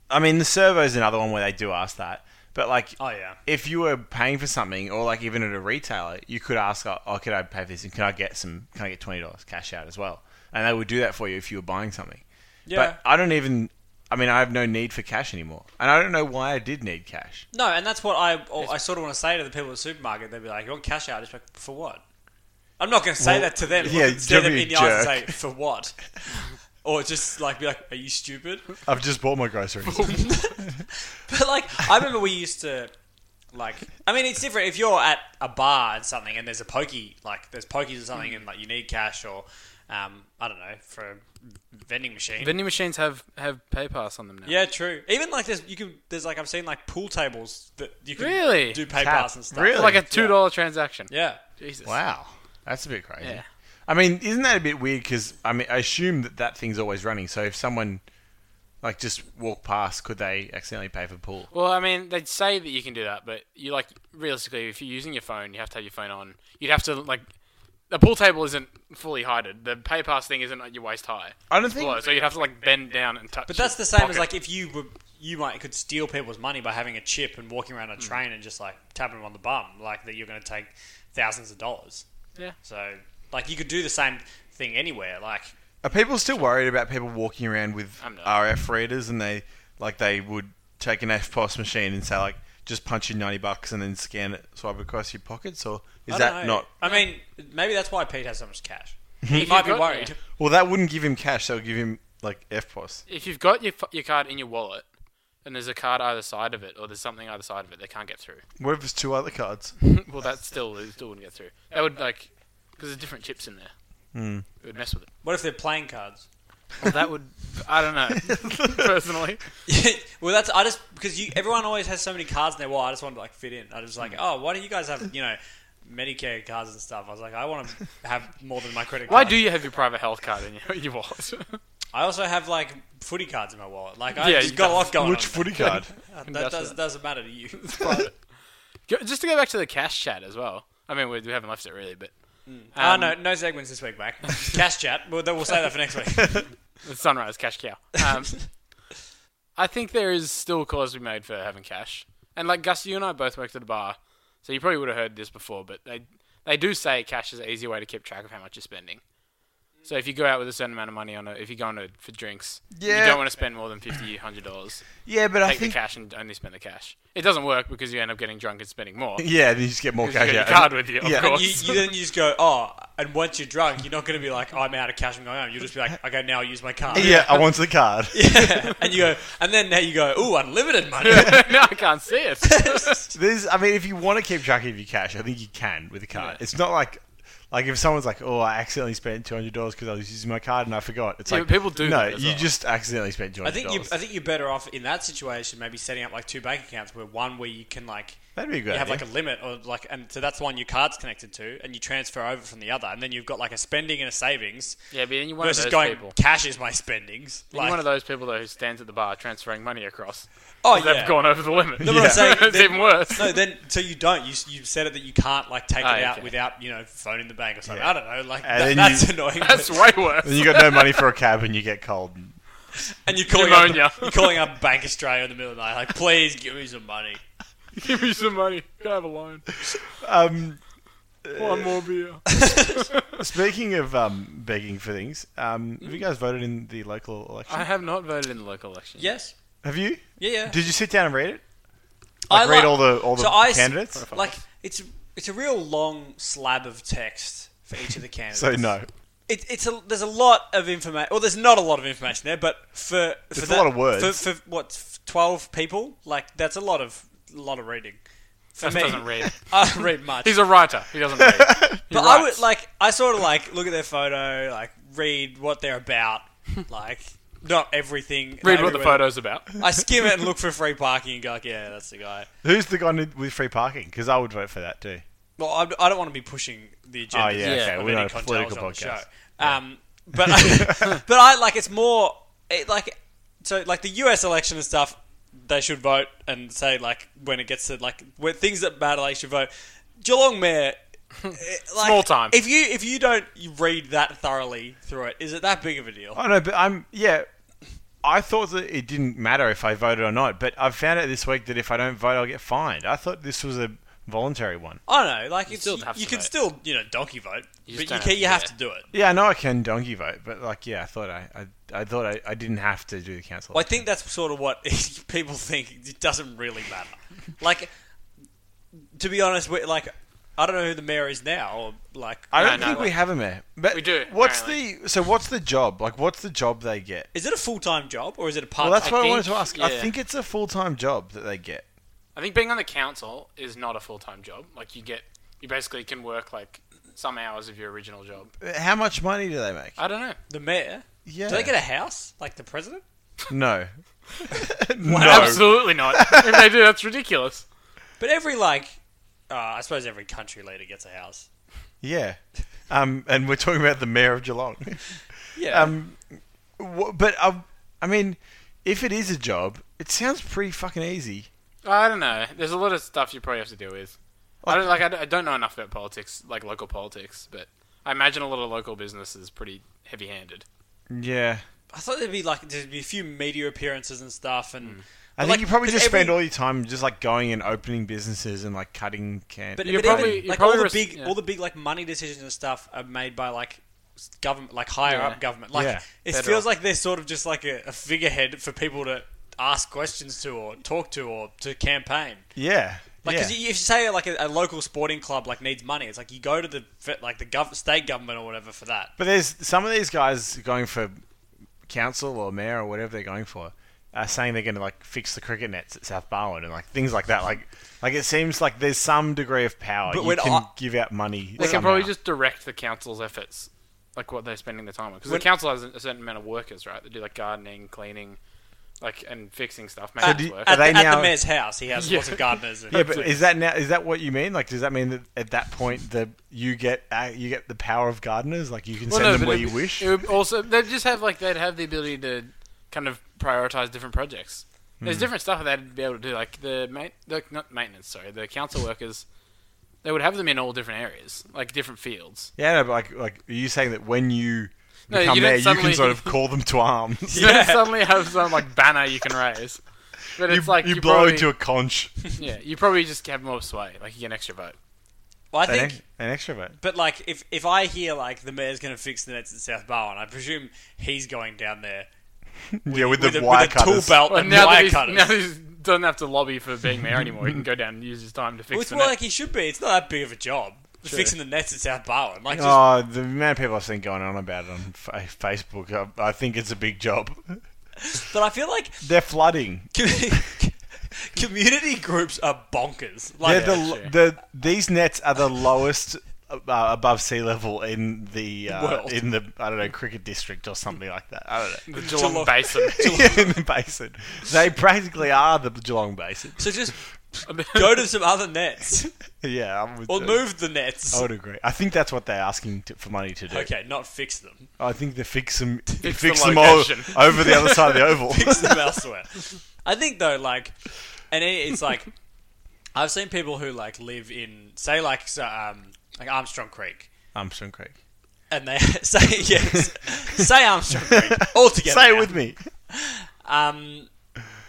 [SPEAKER 1] I mean, the servo's another one where they do ask that, but like,
[SPEAKER 3] Oh yeah.
[SPEAKER 1] if you were paying for something or like even at a retailer, you could ask, oh, oh, could I pay for this and can I get some, can I get twenty dollars cash out as well? And they would do that for you if you were buying something.
[SPEAKER 3] Yeah.
[SPEAKER 1] But I don't even. I mean, I have no need for cash anymore, and I don't know why I did need cash.
[SPEAKER 3] No, and that's what I or I sort of want to say to the people at the supermarket. They'd be like, "You want cash out?" It's like, for what? I'm not going to say
[SPEAKER 1] Well,
[SPEAKER 3] that to them.
[SPEAKER 1] yeah,
[SPEAKER 3] Yeah, stare
[SPEAKER 1] don't
[SPEAKER 3] them
[SPEAKER 1] be
[SPEAKER 3] in the
[SPEAKER 1] a
[SPEAKER 3] eyes
[SPEAKER 1] jerk.
[SPEAKER 3] and say, "For what?" or just like be like, "Are you stupid?"
[SPEAKER 1] I've just bought my groceries.
[SPEAKER 3] But like, I remember we used to like. I mean, it's different if you're at a bar and something, and there's a pokey, like there's pokies or something, and like you need cash or um, I don't know for a vending machine.
[SPEAKER 2] Vending machines have have PayPass on them now.
[SPEAKER 3] yeah, true. Even like there's you can there's like I've seen like pool tables that you can
[SPEAKER 2] Really?
[SPEAKER 3] do pay
[SPEAKER 1] Tap.
[SPEAKER 3] pass and stuff.
[SPEAKER 1] Really?
[SPEAKER 2] Like a two dollar transaction.
[SPEAKER 3] Yeah.
[SPEAKER 2] Jesus.
[SPEAKER 1] wow, that's a bit crazy.
[SPEAKER 2] Yeah.
[SPEAKER 1] I mean, isn't that a bit weird? Because I mean, I assume that that thing's always running. So if someone like just walk past, could they accidentally pay for pool?
[SPEAKER 2] Well, I mean, they'd say that you can do that, but you like realistically, if you're using your phone, you have to have your phone on. You'd have to like the pool table isn't fully heighted. The pay pass thing isn't at your waist high.
[SPEAKER 1] I don't
[SPEAKER 2] It's
[SPEAKER 1] think-
[SPEAKER 2] below, so. You'd have to like bend down and touch.
[SPEAKER 3] But that's the same as like if you were you might could steal people's money by having a chip and walking around a
[SPEAKER 2] Hmm.
[SPEAKER 3] train and just like tapping them on the bum, like that you're going to take thousands of dollars.
[SPEAKER 2] Yeah.
[SPEAKER 3] So like you could do the same thing anywhere. Like
[SPEAKER 1] Are people still worried about people walking around with
[SPEAKER 2] I'm not.
[SPEAKER 1] RF readers and they like they would take an FPOS machine and say like just punch in ninety bucks and then scan it, swipe it across your pockets, or is
[SPEAKER 3] I don't
[SPEAKER 1] that
[SPEAKER 3] know.
[SPEAKER 1] not?
[SPEAKER 3] I mean, maybe that's why Pete has so much cash.
[SPEAKER 2] If
[SPEAKER 3] He
[SPEAKER 2] you've
[SPEAKER 3] might be
[SPEAKER 2] got-
[SPEAKER 3] worried.
[SPEAKER 2] yeah.
[SPEAKER 1] Well, that wouldn't give him cash. That would give him like FPOS.
[SPEAKER 2] if you've got your f- your card in your wallet, and there's a card either side of it, or there's something either side of it, they can't get through.
[SPEAKER 1] What if it's two other cards?
[SPEAKER 2] well, that still it still wouldn't get through. That would like because there's different chips in there.
[SPEAKER 1] Hmm.
[SPEAKER 2] It would mess with it.
[SPEAKER 3] What if they're playing cards?
[SPEAKER 2] Well, that would I don't know personally.
[SPEAKER 3] well, that's I just because you everyone always has so many cards in their wallet. I just wanted to like fit in. I was like,
[SPEAKER 2] Hmm.
[SPEAKER 3] oh, why do you guys have you know Medicare cards and stuff? I was like, I want to have more than my credit. card.
[SPEAKER 2] Why do you have your private health card in your, your wallet?
[SPEAKER 3] I also have like footy cards in my wallet. Like I
[SPEAKER 2] Yeah,
[SPEAKER 3] just
[SPEAKER 2] you
[SPEAKER 3] got a
[SPEAKER 2] got-
[SPEAKER 3] lot going
[SPEAKER 1] Which
[SPEAKER 3] on.
[SPEAKER 1] footy card?
[SPEAKER 3] that does,
[SPEAKER 2] That's it.
[SPEAKER 3] doesn't matter to you.
[SPEAKER 2] Go- Just to go back to the cash chat as well. I mean, we, we haven't left it really, but um,
[SPEAKER 3] Ah
[SPEAKER 1] Um,
[SPEAKER 3] no, no segments this week, Mac. Cash chat. We'll, we'll save that for next week.
[SPEAKER 2] the sunrise cash cow. Um, I think there is still cause to be made for having cash. And like Gus, you and I both worked at a bar, so you probably would have heard this before. But they they do say cash is an easy way to keep track of how much you're spending. So if you go out with a certain amount of money on a, if you're going to for drinks,
[SPEAKER 1] Yeah.
[SPEAKER 2] you don't want to spend more than fifty, hundred dollars.
[SPEAKER 1] Yeah, but I
[SPEAKER 2] Take the
[SPEAKER 1] think
[SPEAKER 2] cash and only spend the cash. It doesn't work because you end up getting drunk and spending more.
[SPEAKER 1] yeah, then you just get more
[SPEAKER 2] Because
[SPEAKER 1] cash
[SPEAKER 2] you
[SPEAKER 1] out.
[SPEAKER 2] got your card with you, of
[SPEAKER 1] yeah.
[SPEAKER 2] course.
[SPEAKER 3] you, you then you just go, oh, and once you're drunk, you're not going to be like, I'm out of cash, I'm going home. You'll just be like, okay, now I'll use my card.
[SPEAKER 1] Yeah, I want the card.
[SPEAKER 3] Yeah. And you go, and then now you go, ooh, unlimited money.
[SPEAKER 2] no, I can't see it.
[SPEAKER 1] There's, I mean, if you want to keep track of your cash, I think you can with a card. It's not like, like if someone's like, "Oh, I accidentally spent two hundred dollars because I was using my card and I forgot." It's
[SPEAKER 2] Yeah,
[SPEAKER 1] like
[SPEAKER 2] but people do
[SPEAKER 1] No,
[SPEAKER 2] that as
[SPEAKER 1] you
[SPEAKER 2] well.
[SPEAKER 1] just accidentally spent two
[SPEAKER 3] I
[SPEAKER 1] hundred
[SPEAKER 3] think you,
[SPEAKER 1] dollars.
[SPEAKER 3] I think you're better off in that situation, maybe setting up like two bank accounts, where one where you can like
[SPEAKER 1] That'd be a good
[SPEAKER 3] you have
[SPEAKER 1] idea.
[SPEAKER 3] like a limit or like and so that's the one your card's connected to and you transfer over from the other and then you've got like a spending and a savings
[SPEAKER 2] Yeah, but then you're one
[SPEAKER 3] versus
[SPEAKER 2] of those
[SPEAKER 3] going
[SPEAKER 2] people.
[SPEAKER 3] cash is my spendings
[SPEAKER 2] You're one of those people though who stands at the bar transferering money across.
[SPEAKER 3] oh
[SPEAKER 2] They've
[SPEAKER 3] yeah
[SPEAKER 2] gone over the limit.
[SPEAKER 3] No, but I'm
[SPEAKER 1] Yeah.
[SPEAKER 3] saying
[SPEAKER 2] it's
[SPEAKER 3] then-
[SPEAKER 2] even worse.
[SPEAKER 3] no then so you don't you, s- you said it that you can't like take
[SPEAKER 2] Oh,
[SPEAKER 3] it out
[SPEAKER 2] okay.
[SPEAKER 3] without you know phoning the bank or something
[SPEAKER 1] Yeah.
[SPEAKER 3] I don't know like
[SPEAKER 1] And
[SPEAKER 3] that-
[SPEAKER 1] then
[SPEAKER 3] that's
[SPEAKER 1] you-
[SPEAKER 3] annoying
[SPEAKER 2] That's way worse.
[SPEAKER 1] and you got no money for a cab and you get cold.
[SPEAKER 3] and you're calling up the-
[SPEAKER 2] Pneumonia.
[SPEAKER 3] you're calling up Bank Australia in the middle of the night like please give me some money
[SPEAKER 2] Give me some money. Can I have a loan?
[SPEAKER 1] Um,
[SPEAKER 2] One more beer.
[SPEAKER 1] speaking of um, begging for things, um, have you guys voted in the local election?
[SPEAKER 2] I have not voted in the local election.
[SPEAKER 3] Yes.
[SPEAKER 1] have you?
[SPEAKER 3] Yeah, yeah.
[SPEAKER 1] Did you sit down and read it?
[SPEAKER 3] I
[SPEAKER 1] Like read
[SPEAKER 3] like-
[SPEAKER 1] all the all the
[SPEAKER 3] so I s-
[SPEAKER 1] candidates.
[SPEAKER 3] like it's it's a real long slab of text for each of the candidates.
[SPEAKER 1] so no,
[SPEAKER 3] it, it's a, there's a lot of information. Well, there's not a lot of information there, but for, for
[SPEAKER 1] There's a
[SPEAKER 3] that-
[SPEAKER 1] lot of words.
[SPEAKER 3] for, for what f- twelve people, like that's a lot of lot of reading. For
[SPEAKER 2] Gus
[SPEAKER 3] me,
[SPEAKER 2] doesn't read.
[SPEAKER 3] I don't read much.
[SPEAKER 2] He's a writer. He doesn't read. He
[SPEAKER 3] but I
[SPEAKER 2] writes.
[SPEAKER 3] would like I sort of like look at their photo, like read what they're about, like not everything. not
[SPEAKER 2] read what the
[SPEAKER 3] everywhere.
[SPEAKER 2] photo's about.
[SPEAKER 3] I skim it and look for free parking and go like, yeah, that's the guy.
[SPEAKER 1] who's the guy with free parking? Because I would vote for that too.
[SPEAKER 3] Well, I, I don't want to be pushing the
[SPEAKER 1] Oh,
[SPEAKER 3] agenda.
[SPEAKER 1] yeah,
[SPEAKER 2] okay,
[SPEAKER 3] of
[SPEAKER 1] we're
[SPEAKER 3] any
[SPEAKER 1] not a
[SPEAKER 3] contels
[SPEAKER 1] political
[SPEAKER 3] on the show.
[SPEAKER 1] podcast.
[SPEAKER 3] Um, but I, but I like it's more it, like so like the U.S. election and stuff. They should vote and say like when it gets to like when things that matter, they should vote. Geelong mayor. eh, Like,
[SPEAKER 2] Small time.
[SPEAKER 3] If you if you don't read that thoroughly through it, is it that big of a deal?
[SPEAKER 1] I know, Oh, but I'm yeah. I thought that it didn't matter if I voted or not, but I've found out this week that if I don't vote, I'll get fined. I thought this was a voluntary one.
[SPEAKER 3] I don't know. Like it's,
[SPEAKER 2] still
[SPEAKER 3] you,
[SPEAKER 2] have
[SPEAKER 3] you
[SPEAKER 2] to
[SPEAKER 3] can
[SPEAKER 2] vote.
[SPEAKER 3] still you know donkey vote,
[SPEAKER 2] You just
[SPEAKER 3] but you
[SPEAKER 2] don't
[SPEAKER 3] can,
[SPEAKER 2] have to
[SPEAKER 3] you
[SPEAKER 2] do
[SPEAKER 3] have
[SPEAKER 2] it.
[SPEAKER 3] to do it.
[SPEAKER 1] Yeah, I know I can donkey vote, but like, yeah, I thought I, I, I thought I, I didn't have to do the council.
[SPEAKER 3] Well, I think that's sort of what people think. It doesn't really matter. Like, to be honest, we like I don't know who the mayor is now. Or like,
[SPEAKER 1] I don't
[SPEAKER 2] No, no,
[SPEAKER 1] think we
[SPEAKER 2] like-
[SPEAKER 1] have a mayor. But
[SPEAKER 2] We do,
[SPEAKER 1] What's the so? What's the job? Like, what's the job they get?
[SPEAKER 3] is it a full time job or is it a part?
[SPEAKER 1] Well, that's what I
[SPEAKER 2] think-
[SPEAKER 1] wanted to ask. I
[SPEAKER 2] yeah.
[SPEAKER 1] think it's a full time job that they get.
[SPEAKER 2] I think being on the council is not a full time job. Like you get, you basically can work like some hours of your original job.
[SPEAKER 1] How much money do they make?
[SPEAKER 2] I don't know.
[SPEAKER 3] the mayor.
[SPEAKER 1] yeah.
[SPEAKER 3] Do they get a house like the president?
[SPEAKER 1] no? no.
[SPEAKER 2] Absolutely not. if they do, that's ridiculous.
[SPEAKER 3] But every like, uh, I suppose every country leader gets a house.
[SPEAKER 1] Yeah. Um, and we're talking about the mayor of Geelong.
[SPEAKER 3] Yeah,
[SPEAKER 1] um, wh- but I, I mean, if it is a job, it sounds pretty fucking easy.
[SPEAKER 2] I don't know. There's a lot of stuff you probably have to deal with. I don't like. I d- I don't know enough about politics, like local politics, but I imagine a lot of local business is pretty heavy handed.
[SPEAKER 1] Yeah.
[SPEAKER 3] I thought there'd be like there'd be a few media appearances and stuff, and
[SPEAKER 1] Hmm. I
[SPEAKER 3] but,
[SPEAKER 1] think
[SPEAKER 3] like,
[SPEAKER 1] you probably
[SPEAKER 3] 'cause
[SPEAKER 1] just
[SPEAKER 3] every-
[SPEAKER 1] spend all your time just like going and opening businesses and like cutting can.
[SPEAKER 3] But,
[SPEAKER 2] You're
[SPEAKER 3] but even,
[SPEAKER 2] probably- you're
[SPEAKER 3] like
[SPEAKER 2] probably
[SPEAKER 3] all the
[SPEAKER 2] res-
[SPEAKER 3] big,
[SPEAKER 2] yeah.
[SPEAKER 3] all the big like money decisions and stuff are made by like s- government, like higher
[SPEAKER 2] Yeah.
[SPEAKER 3] up government. Like
[SPEAKER 1] Yeah.
[SPEAKER 3] it
[SPEAKER 2] Federal.
[SPEAKER 3] feels like they're sort of just like a, a figurehead for people to ask questions to or talk to or to campaign.
[SPEAKER 1] yeah.
[SPEAKER 3] Like
[SPEAKER 1] yeah.
[SPEAKER 3] 'cause you- if you say like a, a local sporting club like needs money, it's like you go to the fe- like the gov- state government or whatever for that.
[SPEAKER 1] But there's some of these guys going for council or mayor or whatever they're going for are saying they're going to like fix the cricket nets at South Barwon and like things like that. Like, like it seems like there's some degree of power
[SPEAKER 3] But
[SPEAKER 1] you
[SPEAKER 3] when
[SPEAKER 1] can
[SPEAKER 3] I-
[SPEAKER 1] give out money.
[SPEAKER 2] They can
[SPEAKER 1] somehow.
[SPEAKER 2] probably just direct the council's efforts, like what they're spending their time on, because the
[SPEAKER 3] When-
[SPEAKER 2] council has a a certain amount of workers, right? They do like gardening, cleaning, like and fixing stuff,
[SPEAKER 1] So
[SPEAKER 2] maintenance
[SPEAKER 1] do you-
[SPEAKER 2] work.
[SPEAKER 1] Are
[SPEAKER 3] At,
[SPEAKER 1] they
[SPEAKER 3] the, at
[SPEAKER 1] now-
[SPEAKER 3] the mayor's house, he has lots of
[SPEAKER 2] Yeah.
[SPEAKER 3] gardeners. And
[SPEAKER 1] Yeah, but is that now? Is that what you mean? Like, does that mean that at that point that you get uh, you get the power of gardeners? Like, you can send them
[SPEAKER 2] but
[SPEAKER 1] where you
[SPEAKER 2] it'd be-
[SPEAKER 1] wish.
[SPEAKER 2] It would also, they'd just have like they'd have the ability to kind of prioritize different projects. There's
[SPEAKER 1] Hmm.
[SPEAKER 2] different stuff that they'd be able to do, like the ma- the not maintenance, sorry, the council workers. They would have them in all different areas, like different fields.
[SPEAKER 1] yeah, no, but like, like, are you saying that when you
[SPEAKER 2] No,
[SPEAKER 1] become
[SPEAKER 2] you don't
[SPEAKER 1] mayor, you can
[SPEAKER 2] suddenly-
[SPEAKER 1] sort of call them to arms?
[SPEAKER 2] You don't suddenly have some like banner you can raise, but it's
[SPEAKER 1] you,
[SPEAKER 2] like
[SPEAKER 1] you, blow
[SPEAKER 2] probably,
[SPEAKER 1] into a conch.
[SPEAKER 2] yeah, you probably just have more sway, like you get an extra vote.
[SPEAKER 3] well, I
[SPEAKER 1] An,
[SPEAKER 3] think
[SPEAKER 1] ex- an extrovert.
[SPEAKER 3] But like, if if I hear like the mayor's going to fix the nets at South Barwon, I presume he's going down there
[SPEAKER 1] yeah, with,
[SPEAKER 3] with
[SPEAKER 1] the
[SPEAKER 3] a,
[SPEAKER 1] wire
[SPEAKER 3] with a tool
[SPEAKER 1] cutters.
[SPEAKER 3] belt
[SPEAKER 2] But
[SPEAKER 3] and
[SPEAKER 2] now that,
[SPEAKER 3] wire
[SPEAKER 2] he's,
[SPEAKER 3] cutters.
[SPEAKER 2] now that he doesn't have to lobby for being mayor anymore, he can go down and use his time to fix
[SPEAKER 3] Well, it's
[SPEAKER 2] the
[SPEAKER 3] more
[SPEAKER 2] net.
[SPEAKER 3] like he should be. It's not that big of a job
[SPEAKER 2] True.
[SPEAKER 3] fixing the nets at South Barwon. Like, just,
[SPEAKER 1] Oh, the amount of people I've seen going on about it on fa- Facebook, I, I think it's a big job.
[SPEAKER 3] but I feel like
[SPEAKER 1] They're flooding.
[SPEAKER 3] com- community groups are bonkers.
[SPEAKER 1] They're
[SPEAKER 3] Like,
[SPEAKER 1] the,
[SPEAKER 2] sure.
[SPEAKER 1] the these nets are the lowest uh, above sea level in the uh,
[SPEAKER 3] World.
[SPEAKER 1] in the I don't know cricket district or something like that. I don't know.
[SPEAKER 2] the Geelong,
[SPEAKER 3] Geelong-
[SPEAKER 2] Basin.
[SPEAKER 1] Yeah, in the basin, they practically are the Geelong basin.
[SPEAKER 3] so just go to some other nets
[SPEAKER 1] Yeah, I would,
[SPEAKER 3] or
[SPEAKER 1] uh,
[SPEAKER 3] move the nets.
[SPEAKER 1] I would agree. I think that's what they're asking to, for money to do.
[SPEAKER 3] Okay, not fix them.
[SPEAKER 1] I think they fix them, fix,
[SPEAKER 2] the
[SPEAKER 1] them all
[SPEAKER 2] location.
[SPEAKER 1] over the other side of the oval.
[SPEAKER 3] fix them elsewhere. I think though, like, and it- it's like, I've seen people who like live in, say, like, so, um, like Armstrong Creek,
[SPEAKER 1] Armstrong Creek.
[SPEAKER 3] and they say yes, say Armstrong Creek altogether.
[SPEAKER 1] Say it
[SPEAKER 3] now.
[SPEAKER 1] with me.
[SPEAKER 3] um,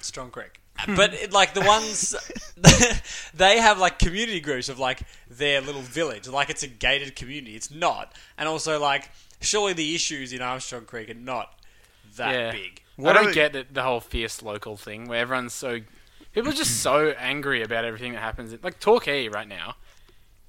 [SPEAKER 3] Strong Creek. but it, like the ones they have like community groups of like their little village like it's a gated community it's not and also like surely the issues in armstrong creek are not that
[SPEAKER 2] Yeah.
[SPEAKER 3] big
[SPEAKER 1] What
[SPEAKER 2] I
[SPEAKER 1] are-
[SPEAKER 2] don't get that the whole fierce local thing where everyone's so people are just so angry about everything that happens. Like Torquay right now.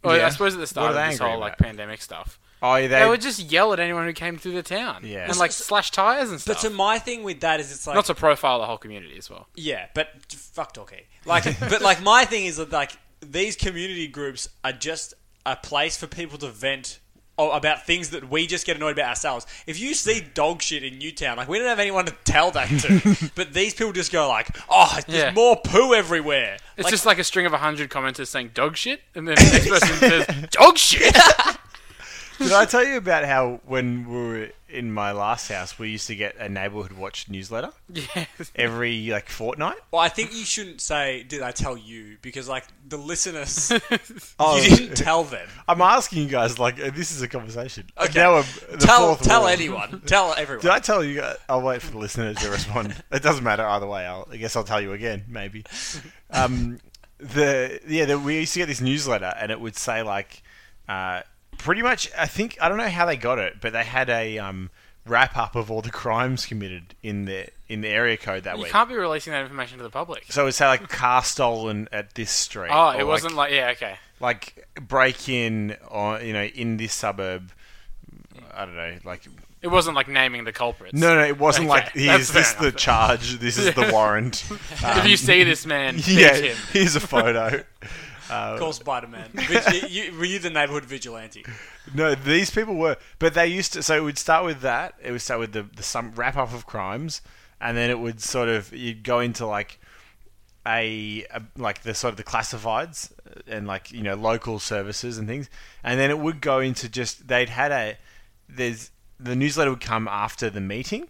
[SPEAKER 2] Well,
[SPEAKER 1] Yeah.
[SPEAKER 2] I suppose at the
[SPEAKER 1] What
[SPEAKER 2] start
[SPEAKER 1] are they
[SPEAKER 2] of this
[SPEAKER 1] angry
[SPEAKER 2] whole like
[SPEAKER 1] about?
[SPEAKER 2] pandemic stuff,
[SPEAKER 1] Oh, yeah,
[SPEAKER 2] they,
[SPEAKER 1] they,
[SPEAKER 2] would just yell at anyone who came through the town.
[SPEAKER 1] Yeah.
[SPEAKER 2] and like slash tires and stuff.
[SPEAKER 3] but so my thing with that is it's like
[SPEAKER 2] Not to profile the whole community as well.
[SPEAKER 3] Yeah, but fuck Torquay. Like, but like my thing is that like these community groups are just a place for people to vent o- about things that we just get annoyed about ourselves. If you see dog shit in Newtown, like we don't have anyone to tell that to, but these people just go like, "Oh, there's
[SPEAKER 2] Yeah.
[SPEAKER 3] more poo everywhere."
[SPEAKER 2] It's
[SPEAKER 3] Like,
[SPEAKER 2] just like a string of hundred commenters saying dog shit, and then the next person says dog shit.
[SPEAKER 1] Did I tell you about how when we were in my last house, we used to get a neighborhood watch newsletter
[SPEAKER 2] yeah,
[SPEAKER 1] every like fortnight?
[SPEAKER 3] well, I think you shouldn't say, "Did I tell you?" Because like the listeners,
[SPEAKER 1] Oh.
[SPEAKER 3] you didn't tell them.
[SPEAKER 1] I'm asking you guys, like, uh, this is a conversation.
[SPEAKER 3] Okay.
[SPEAKER 1] Now I'm- the
[SPEAKER 3] Tell
[SPEAKER 1] fourth
[SPEAKER 3] tell
[SPEAKER 1] wall.
[SPEAKER 3] anyone. Tell everyone.
[SPEAKER 1] Did I tell you? guys- I'll wait for the listener to respond. it doesn't matter either way. I'll, I guess I'll tell you again, maybe. Um, the yeah, the, we used to get this newsletter, and it would say like, uh, pretty much. I think I don't know how they got it, but they had a um, wrap up of all the crimes committed in the in the area code that
[SPEAKER 2] you
[SPEAKER 1] week.
[SPEAKER 2] can't be releasing that information to the public.
[SPEAKER 1] So it would say like car stolen at this street.
[SPEAKER 2] Oh,
[SPEAKER 1] or,
[SPEAKER 2] it wasn't like yeah, okay.
[SPEAKER 1] like, like break in or you know in this suburb. I don't know, like
[SPEAKER 2] It wasn't like naming the culprits.
[SPEAKER 1] No, no, it wasn't
[SPEAKER 2] Okay,
[SPEAKER 1] like here's
[SPEAKER 2] that's fair
[SPEAKER 1] this the
[SPEAKER 2] enough.
[SPEAKER 1] charge, this is the warrant.
[SPEAKER 2] if you see this man, beat
[SPEAKER 1] yeah,
[SPEAKER 2] him.
[SPEAKER 1] here's a photo.
[SPEAKER 3] Of course, Spider Man. Vig- you, were you the neighborhood vigilante?
[SPEAKER 1] No, these people were, but they used to. So it would start with that. It would start with the the some wrap up of crimes, and then it would sort of you'd go into like a, a like the sort of the classifieds uh, and like you know local services and things, and then it would go into just they'd had a there's the newsletter would come after the meeting,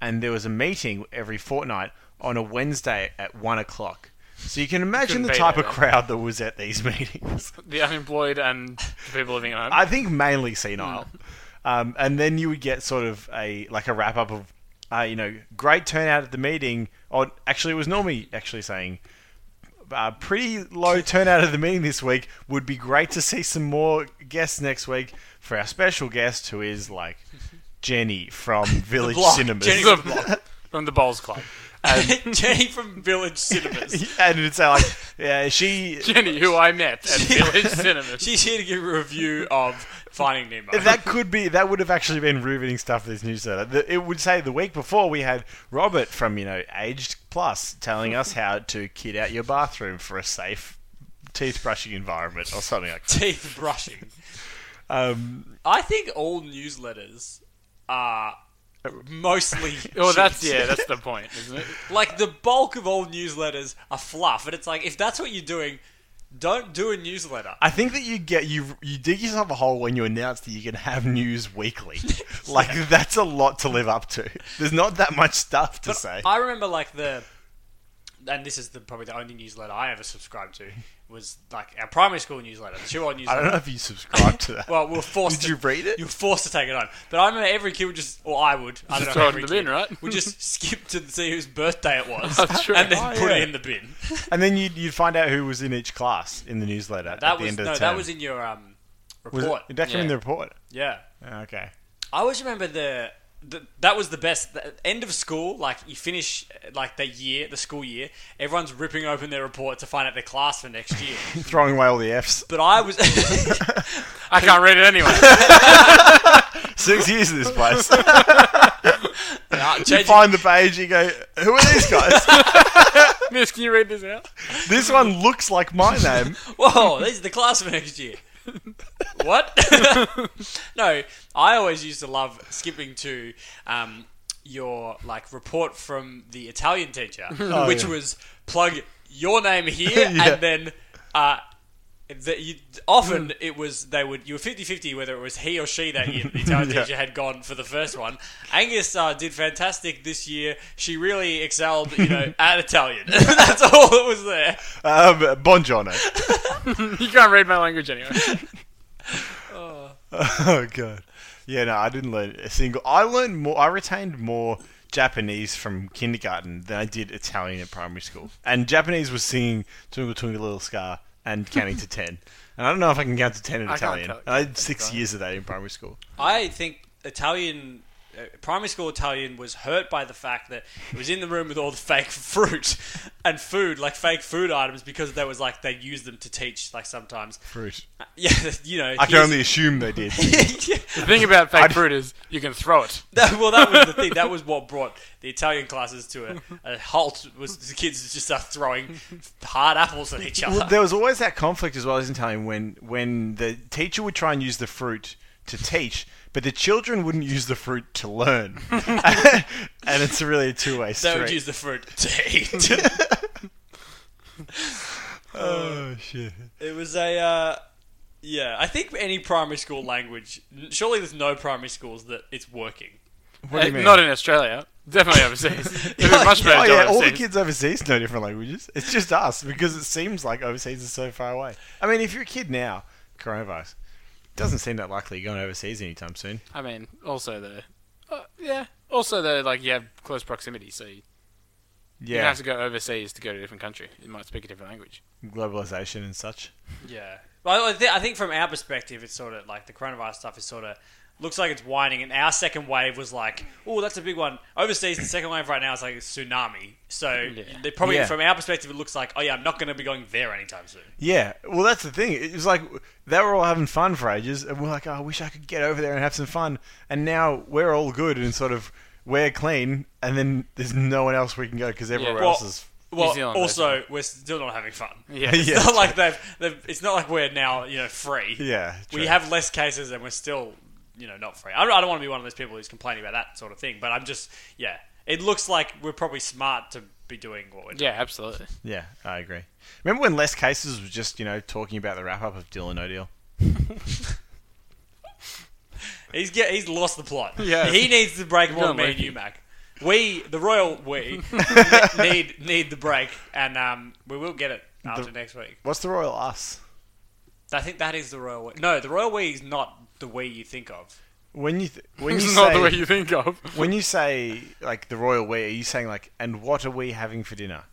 [SPEAKER 1] and there was a meeting every fortnight on a Wednesday at one o'clock. So you can imagine
[SPEAKER 2] Couldn't
[SPEAKER 1] the
[SPEAKER 2] be
[SPEAKER 1] type
[SPEAKER 2] there,
[SPEAKER 1] of
[SPEAKER 2] though.
[SPEAKER 1] crowd that was at these meetings.
[SPEAKER 2] The unemployed and the people living at home.
[SPEAKER 1] I think mainly senile.
[SPEAKER 3] Mm.
[SPEAKER 1] Um, and then you would get sort of a like a wrap up of, uh, you know, great turnout at the meeting. Or actually, it was normally actually saying, uh, pretty low turnout at the meeting this week. Would be great to see some more guests next week for our special guest who is like Jenny from Village
[SPEAKER 3] block.
[SPEAKER 1] Cinemas.
[SPEAKER 3] Jenny
[SPEAKER 2] from, the, from the Bowls Club.
[SPEAKER 1] Um,
[SPEAKER 3] Jenny from Village Cinemas.
[SPEAKER 1] and it'd say like, yeah, she.
[SPEAKER 2] Jenny, who I met at Village Cinema.
[SPEAKER 3] She's here to give a review of Finding Nemo.
[SPEAKER 1] that could be that would have actually been riveting stuff for this newsletter. The, it would say the week before we had Robert from you know Aged Plus telling us how to kit out your bathroom for a safe teeth brushing environment or something like that.
[SPEAKER 3] Teeth brushing.
[SPEAKER 1] Um,
[SPEAKER 3] I think all newsletters are mostly.
[SPEAKER 2] Oh, that's
[SPEAKER 3] shit.
[SPEAKER 2] yeah, that's the point, isn't it?
[SPEAKER 3] Like the bulk of all newsletters are fluff, and it's like if that's what you're doing, don't do a newsletter.
[SPEAKER 1] I think that you get you you dig yourself a hole when you announce that you can have news weekly. Like that's a lot to live up to. There's not that much stuff to say.
[SPEAKER 3] I remember like the, and this is the, probably the only newsletter I ever subscribed to was like our primary school newsletter, the Chua newsletter.
[SPEAKER 1] I don't know if you subscribe to that.
[SPEAKER 3] Well, we we're forced.
[SPEAKER 1] Did
[SPEAKER 3] to,
[SPEAKER 1] you read it?
[SPEAKER 3] You were forced to take it home. But I remember every kid would just, or I would, I don't know.
[SPEAKER 2] throw it
[SPEAKER 3] every
[SPEAKER 2] in the bin,
[SPEAKER 3] kid
[SPEAKER 2] right?
[SPEAKER 3] Would just skip to see whose birthday it was,
[SPEAKER 2] That's true.
[SPEAKER 3] and then
[SPEAKER 1] Oh,
[SPEAKER 3] put
[SPEAKER 1] yeah.
[SPEAKER 3] it in the bin.
[SPEAKER 1] And then you'd, you'd find out who was in each class in the newsletter at
[SPEAKER 3] That
[SPEAKER 1] the
[SPEAKER 3] was
[SPEAKER 1] end of
[SPEAKER 3] no,
[SPEAKER 1] the term.
[SPEAKER 3] that was in your um
[SPEAKER 1] Was it-
[SPEAKER 3] report.
[SPEAKER 1] that came in
[SPEAKER 2] Yeah.
[SPEAKER 1] the report. Oh,
[SPEAKER 3] yeah,
[SPEAKER 1] Okay.
[SPEAKER 3] I always remember the. the- That was the best the end of school. Like you finish uh, like the year, the school year. Everyone's ripping open their report to find out their class for next year.
[SPEAKER 1] Throwing away all the Fs.
[SPEAKER 3] But I was
[SPEAKER 2] I can't read it anyway.
[SPEAKER 1] Six years in this place.
[SPEAKER 3] Nah,
[SPEAKER 1] you
[SPEAKER 3] changing-
[SPEAKER 1] find the page, you go, who are these guys?
[SPEAKER 2] Miss, can you read this out?
[SPEAKER 1] this one looks like my name.
[SPEAKER 3] Whoa, this is the class for next year. what? no, I always used to love skipping to um, your like report from the Italian teacher, which
[SPEAKER 1] Oh, yeah.
[SPEAKER 3] was plug your name here
[SPEAKER 1] Yeah.
[SPEAKER 3] and then. Uh, the, you, often it was they would you were 50-50 whether it was he or she that year that the Italian
[SPEAKER 1] Yeah.
[SPEAKER 3] teacher had gone for the first one. Angus uh, did fantastic this year. She really excelled, you know, at Italian. That's all that was there.
[SPEAKER 1] Um, Bongiorno.
[SPEAKER 2] You can't read my language anyway.
[SPEAKER 1] Oh, God. Yeah, no, I didn't learn a single. I learned more. I retained more Japanese from kindergarten than I did Italian at primary school. And Japanese was singing Twinkle Twinkle Little Star and counting to ten. And I don't know if I can count to ten in
[SPEAKER 2] I can't
[SPEAKER 1] Italian.
[SPEAKER 2] count-
[SPEAKER 1] I had six years of that in primary school.
[SPEAKER 3] I think Italian, uh, primary school Italian was hurt by the fact that it was in the room with all the fake fruit and food, like fake food items, because there was like they used them to teach, like sometimes.
[SPEAKER 1] Fruit.
[SPEAKER 3] Uh, Yeah, you know.
[SPEAKER 1] I can
[SPEAKER 3] here's-
[SPEAKER 1] only assume they did.
[SPEAKER 3] Yeah.
[SPEAKER 2] The thing about fake
[SPEAKER 1] I'd-
[SPEAKER 2] fruit is you can throw it.
[SPEAKER 3] That- well, that was the thing. That was what brought the Italian classes to a, a halt. Was the kids just start throwing hard apples at each other?
[SPEAKER 1] Well, there was always that conflict as well as in Italian when when the teacher would try and use the fruit to teach, but the children wouldn't use the fruit to learn. and it's really a two way
[SPEAKER 3] they would
[SPEAKER 1] street.
[SPEAKER 3] use the fruit to eat.
[SPEAKER 1] oh shit!
[SPEAKER 3] It was a. Uh, yeah, I think any primary school language. Surely there's no primary schools that it's working.
[SPEAKER 1] What do you
[SPEAKER 2] Uh,
[SPEAKER 1] mean?
[SPEAKER 2] Not in Australia. Definitely overseas. It'd be
[SPEAKER 3] Yeah,
[SPEAKER 2] much better
[SPEAKER 1] Oh
[SPEAKER 2] job
[SPEAKER 1] yeah, all the
[SPEAKER 2] overseas.
[SPEAKER 1] kids overseas know different languages. It's just us because it seems like overseas is so far away. I mean, if you're a kid now, coronavirus doesn't seem that likely you're going overseas anytime soon.
[SPEAKER 2] I mean, also the, uh, yeah, also the like you have close proximity, so you, you
[SPEAKER 1] Yeah,
[SPEAKER 2] have to go overseas to go to a different country. You might speak a different language.
[SPEAKER 1] globalization and such.
[SPEAKER 3] Yeah. Well, I, th- I think from our perspective, it's sort of like the coronavirus stuff is sort of looks like it's whining, and our second wave was like, oh, that's a big one. Overseas, the second wave right now is like a tsunami. So they probably,
[SPEAKER 1] Yeah.
[SPEAKER 3] from our perspective, it looks like, oh yeah, I'm not going to be going there anytime soon.
[SPEAKER 1] Yeah, well, that's the thing. It was like they were all having fun for ages, and we're like, oh, I wish I could get over there and have some fun. And now we're all good and sort of we're clean, and then there's no one else we can go because everywhere
[SPEAKER 3] Well,
[SPEAKER 1] else is.
[SPEAKER 3] well,
[SPEAKER 2] Zealand,
[SPEAKER 3] also we're still not having fun.
[SPEAKER 2] Yeah.
[SPEAKER 3] It's
[SPEAKER 1] Yeah,
[SPEAKER 3] not like they've, they've. It's not like we're now you know free.
[SPEAKER 1] Yeah,
[SPEAKER 3] we
[SPEAKER 1] true.
[SPEAKER 3] have less cases and we're still you know not free. I don't, I don't want to be one of those people who's complaining about that sort of thing. But I'm just yeah. It looks like we're probably smart to be doing what we're doing.
[SPEAKER 2] Yeah, absolutely.
[SPEAKER 1] Yeah, I agree. Remember when Les Cases was just you know talking about the wrap up of Dylan O'Deal?
[SPEAKER 3] He's get, he's lost the plot.
[SPEAKER 2] Yeah.
[SPEAKER 3] he needs the break more
[SPEAKER 2] Don't
[SPEAKER 3] than me
[SPEAKER 2] like
[SPEAKER 3] and
[SPEAKER 2] it.
[SPEAKER 3] you, Mac. We the royal we ne- need need the break, and um, we will get it after next week.
[SPEAKER 1] What's the royal us?
[SPEAKER 3] I think that is the royal we. No, the royal we is not the we you think of.
[SPEAKER 1] When you th- when you
[SPEAKER 2] It's
[SPEAKER 1] say
[SPEAKER 2] not the way you think of.
[SPEAKER 1] when you say like the royal we, are you saying like and what are we having for dinner?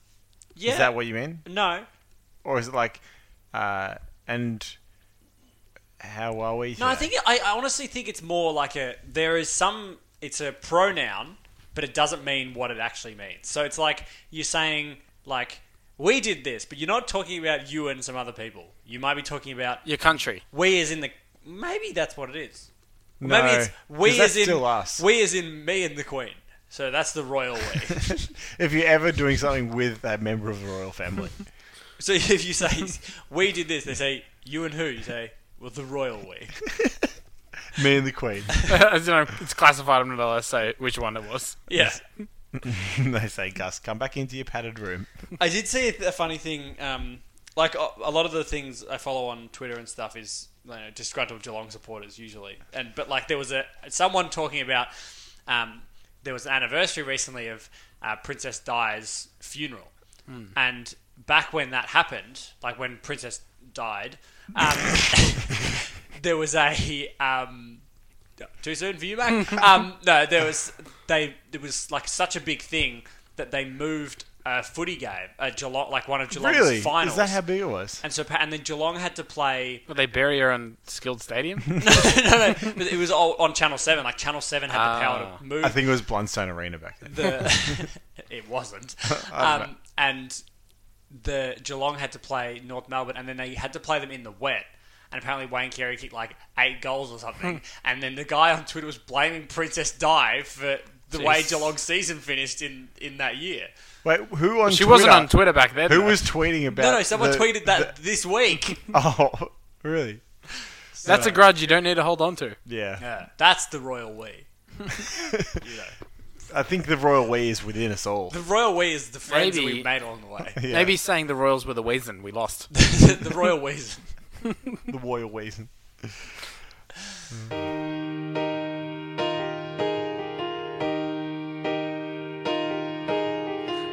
[SPEAKER 3] Yeah,
[SPEAKER 1] Is that what you mean,
[SPEAKER 3] no,
[SPEAKER 1] or is it like uh, and how are we?
[SPEAKER 3] No, I
[SPEAKER 1] today?
[SPEAKER 3] think I, I honestly think it's more like a there is some it's a pronoun, but it doesn't mean what it actually means. So it's like you're saying like we did this, but you're not talking about you and some other people. You might be talking about
[SPEAKER 2] Your country.
[SPEAKER 3] we as in the maybe that's what it is. Or
[SPEAKER 1] No,
[SPEAKER 3] maybe it's we
[SPEAKER 1] 'cause
[SPEAKER 3] as
[SPEAKER 1] that's
[SPEAKER 3] in
[SPEAKER 1] still us.
[SPEAKER 3] we as in me and the queen. So that's the royal we.
[SPEAKER 1] if you're ever doing something with a member of the royal family.
[SPEAKER 3] so if you say we did this, they say you and who? You say well the royal we.
[SPEAKER 1] Me and the Queen.
[SPEAKER 2] As you know, it's classified under the say which one it was.
[SPEAKER 3] Yeah.
[SPEAKER 1] they say, Gus, come back into your padded room.
[SPEAKER 3] I did see a, th- a funny thing. Um, like a, a lot of the things I follow on Twitter and stuff is you know, disgruntled Geelong supporters usually, and but like there was a someone talking about um, there was an anniversary recently of uh, Princess Di's funeral, and back when that happened, like when Princess died, um, there was a um, too soon for you, Mac. um, no, there was they. It was like such a big thing that they moved a footy game, a Geelong, like one of Geelong's
[SPEAKER 1] Really?
[SPEAKER 3] finals.
[SPEAKER 1] Is that how big it was?
[SPEAKER 3] and so, pa- and then Geelong had to play.
[SPEAKER 2] But they bury her in Skilled Stadium.
[SPEAKER 3] no, no, but it was all on Channel Seven. Like Channel Seven had the power
[SPEAKER 2] Ah.
[SPEAKER 3] to move.
[SPEAKER 1] I think it was Blundstone Arena back then.
[SPEAKER 3] the it wasn't.
[SPEAKER 1] I don't
[SPEAKER 3] Um, and the Geelong had to play North Melbourne, and then they had to play them in the wet. And apparently Wayne Carey kicked like eight goals or
[SPEAKER 1] Hmm.
[SPEAKER 3] something. and then the guy on Twitter was blaming Princess Di for the way
[SPEAKER 2] Jeez.
[SPEAKER 3] Geelong's season finished in, in that year.
[SPEAKER 1] Wait, who on
[SPEAKER 2] She
[SPEAKER 1] Twitter?
[SPEAKER 2] wasn't on Twitter back then.
[SPEAKER 1] Who
[SPEAKER 2] though.
[SPEAKER 1] was tweeting about
[SPEAKER 3] No, no, someone
[SPEAKER 1] the-
[SPEAKER 3] tweeted that this week.
[SPEAKER 1] the- oh, really?
[SPEAKER 2] That's a grudge you don't need to hold on to.
[SPEAKER 1] Yeah.
[SPEAKER 3] yeah, that's the royal we. you know.
[SPEAKER 1] I think the royal we is within us all.
[SPEAKER 3] The royal we is the friends that
[SPEAKER 2] Maybe-
[SPEAKER 3] we've made along the way.
[SPEAKER 1] Yeah.
[SPEAKER 2] Maybe saying the Royals were the reason we lost.
[SPEAKER 3] the royal we's.
[SPEAKER 1] the royal we's.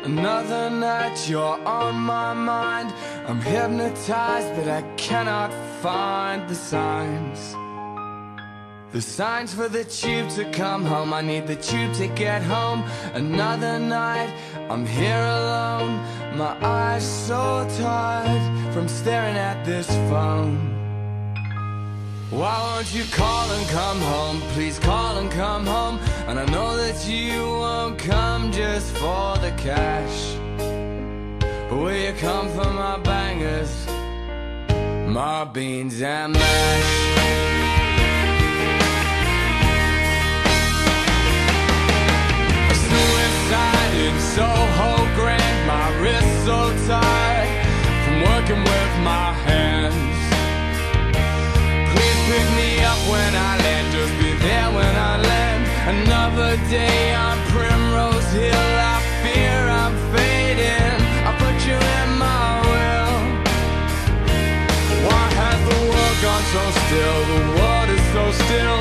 [SPEAKER 4] Another night you're on my mind. I'm hypnotized, but I cannot find the signs. The signs for the tube to come home. I need the tube to get home. Another night, I'm here alone. My eyes so tired from staring at this phone. Why won't you call and come home? Please call and come home. And I know that you won't come just for the cash. But will you come for my bangers, my beans and mash? Suicide in Soho Grand, my wrist so tight from working with my hands. Please pick me up when I land, just be there when I land. Another day on Primrose Hill, I fear I'm fading. I put you in my will. Why has the world gone so still? The world is so still.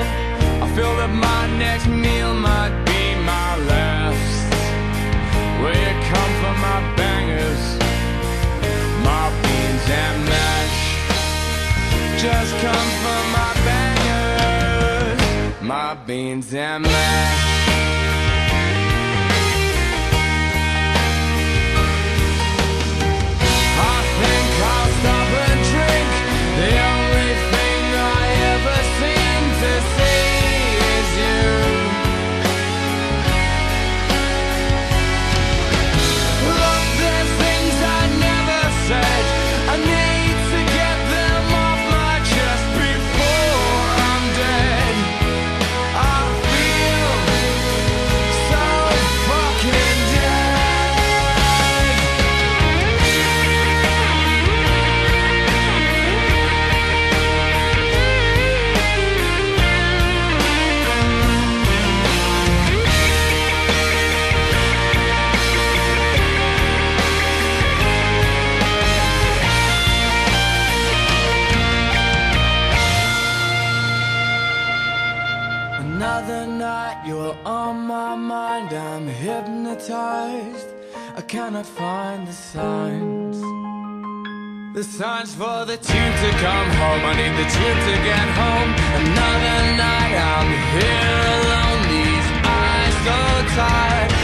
[SPEAKER 4] I feel that my next meal might be my last. Will you come for my bangers, my beans and mash? Just come for my bangers, my beans and mash. I think I'll stop and drink. The only thing I ever seem to see is you. Look, there's things I never said. I need to get them off my chest before I'm dead. I feel so fucking dead. Another night, you're on my mind. I'm hypnotized. I cannot find the signs. The signs for the tube to come home. I need the tube to get home. Another night, I'm here alone. These eyes so tired Oh, Oh,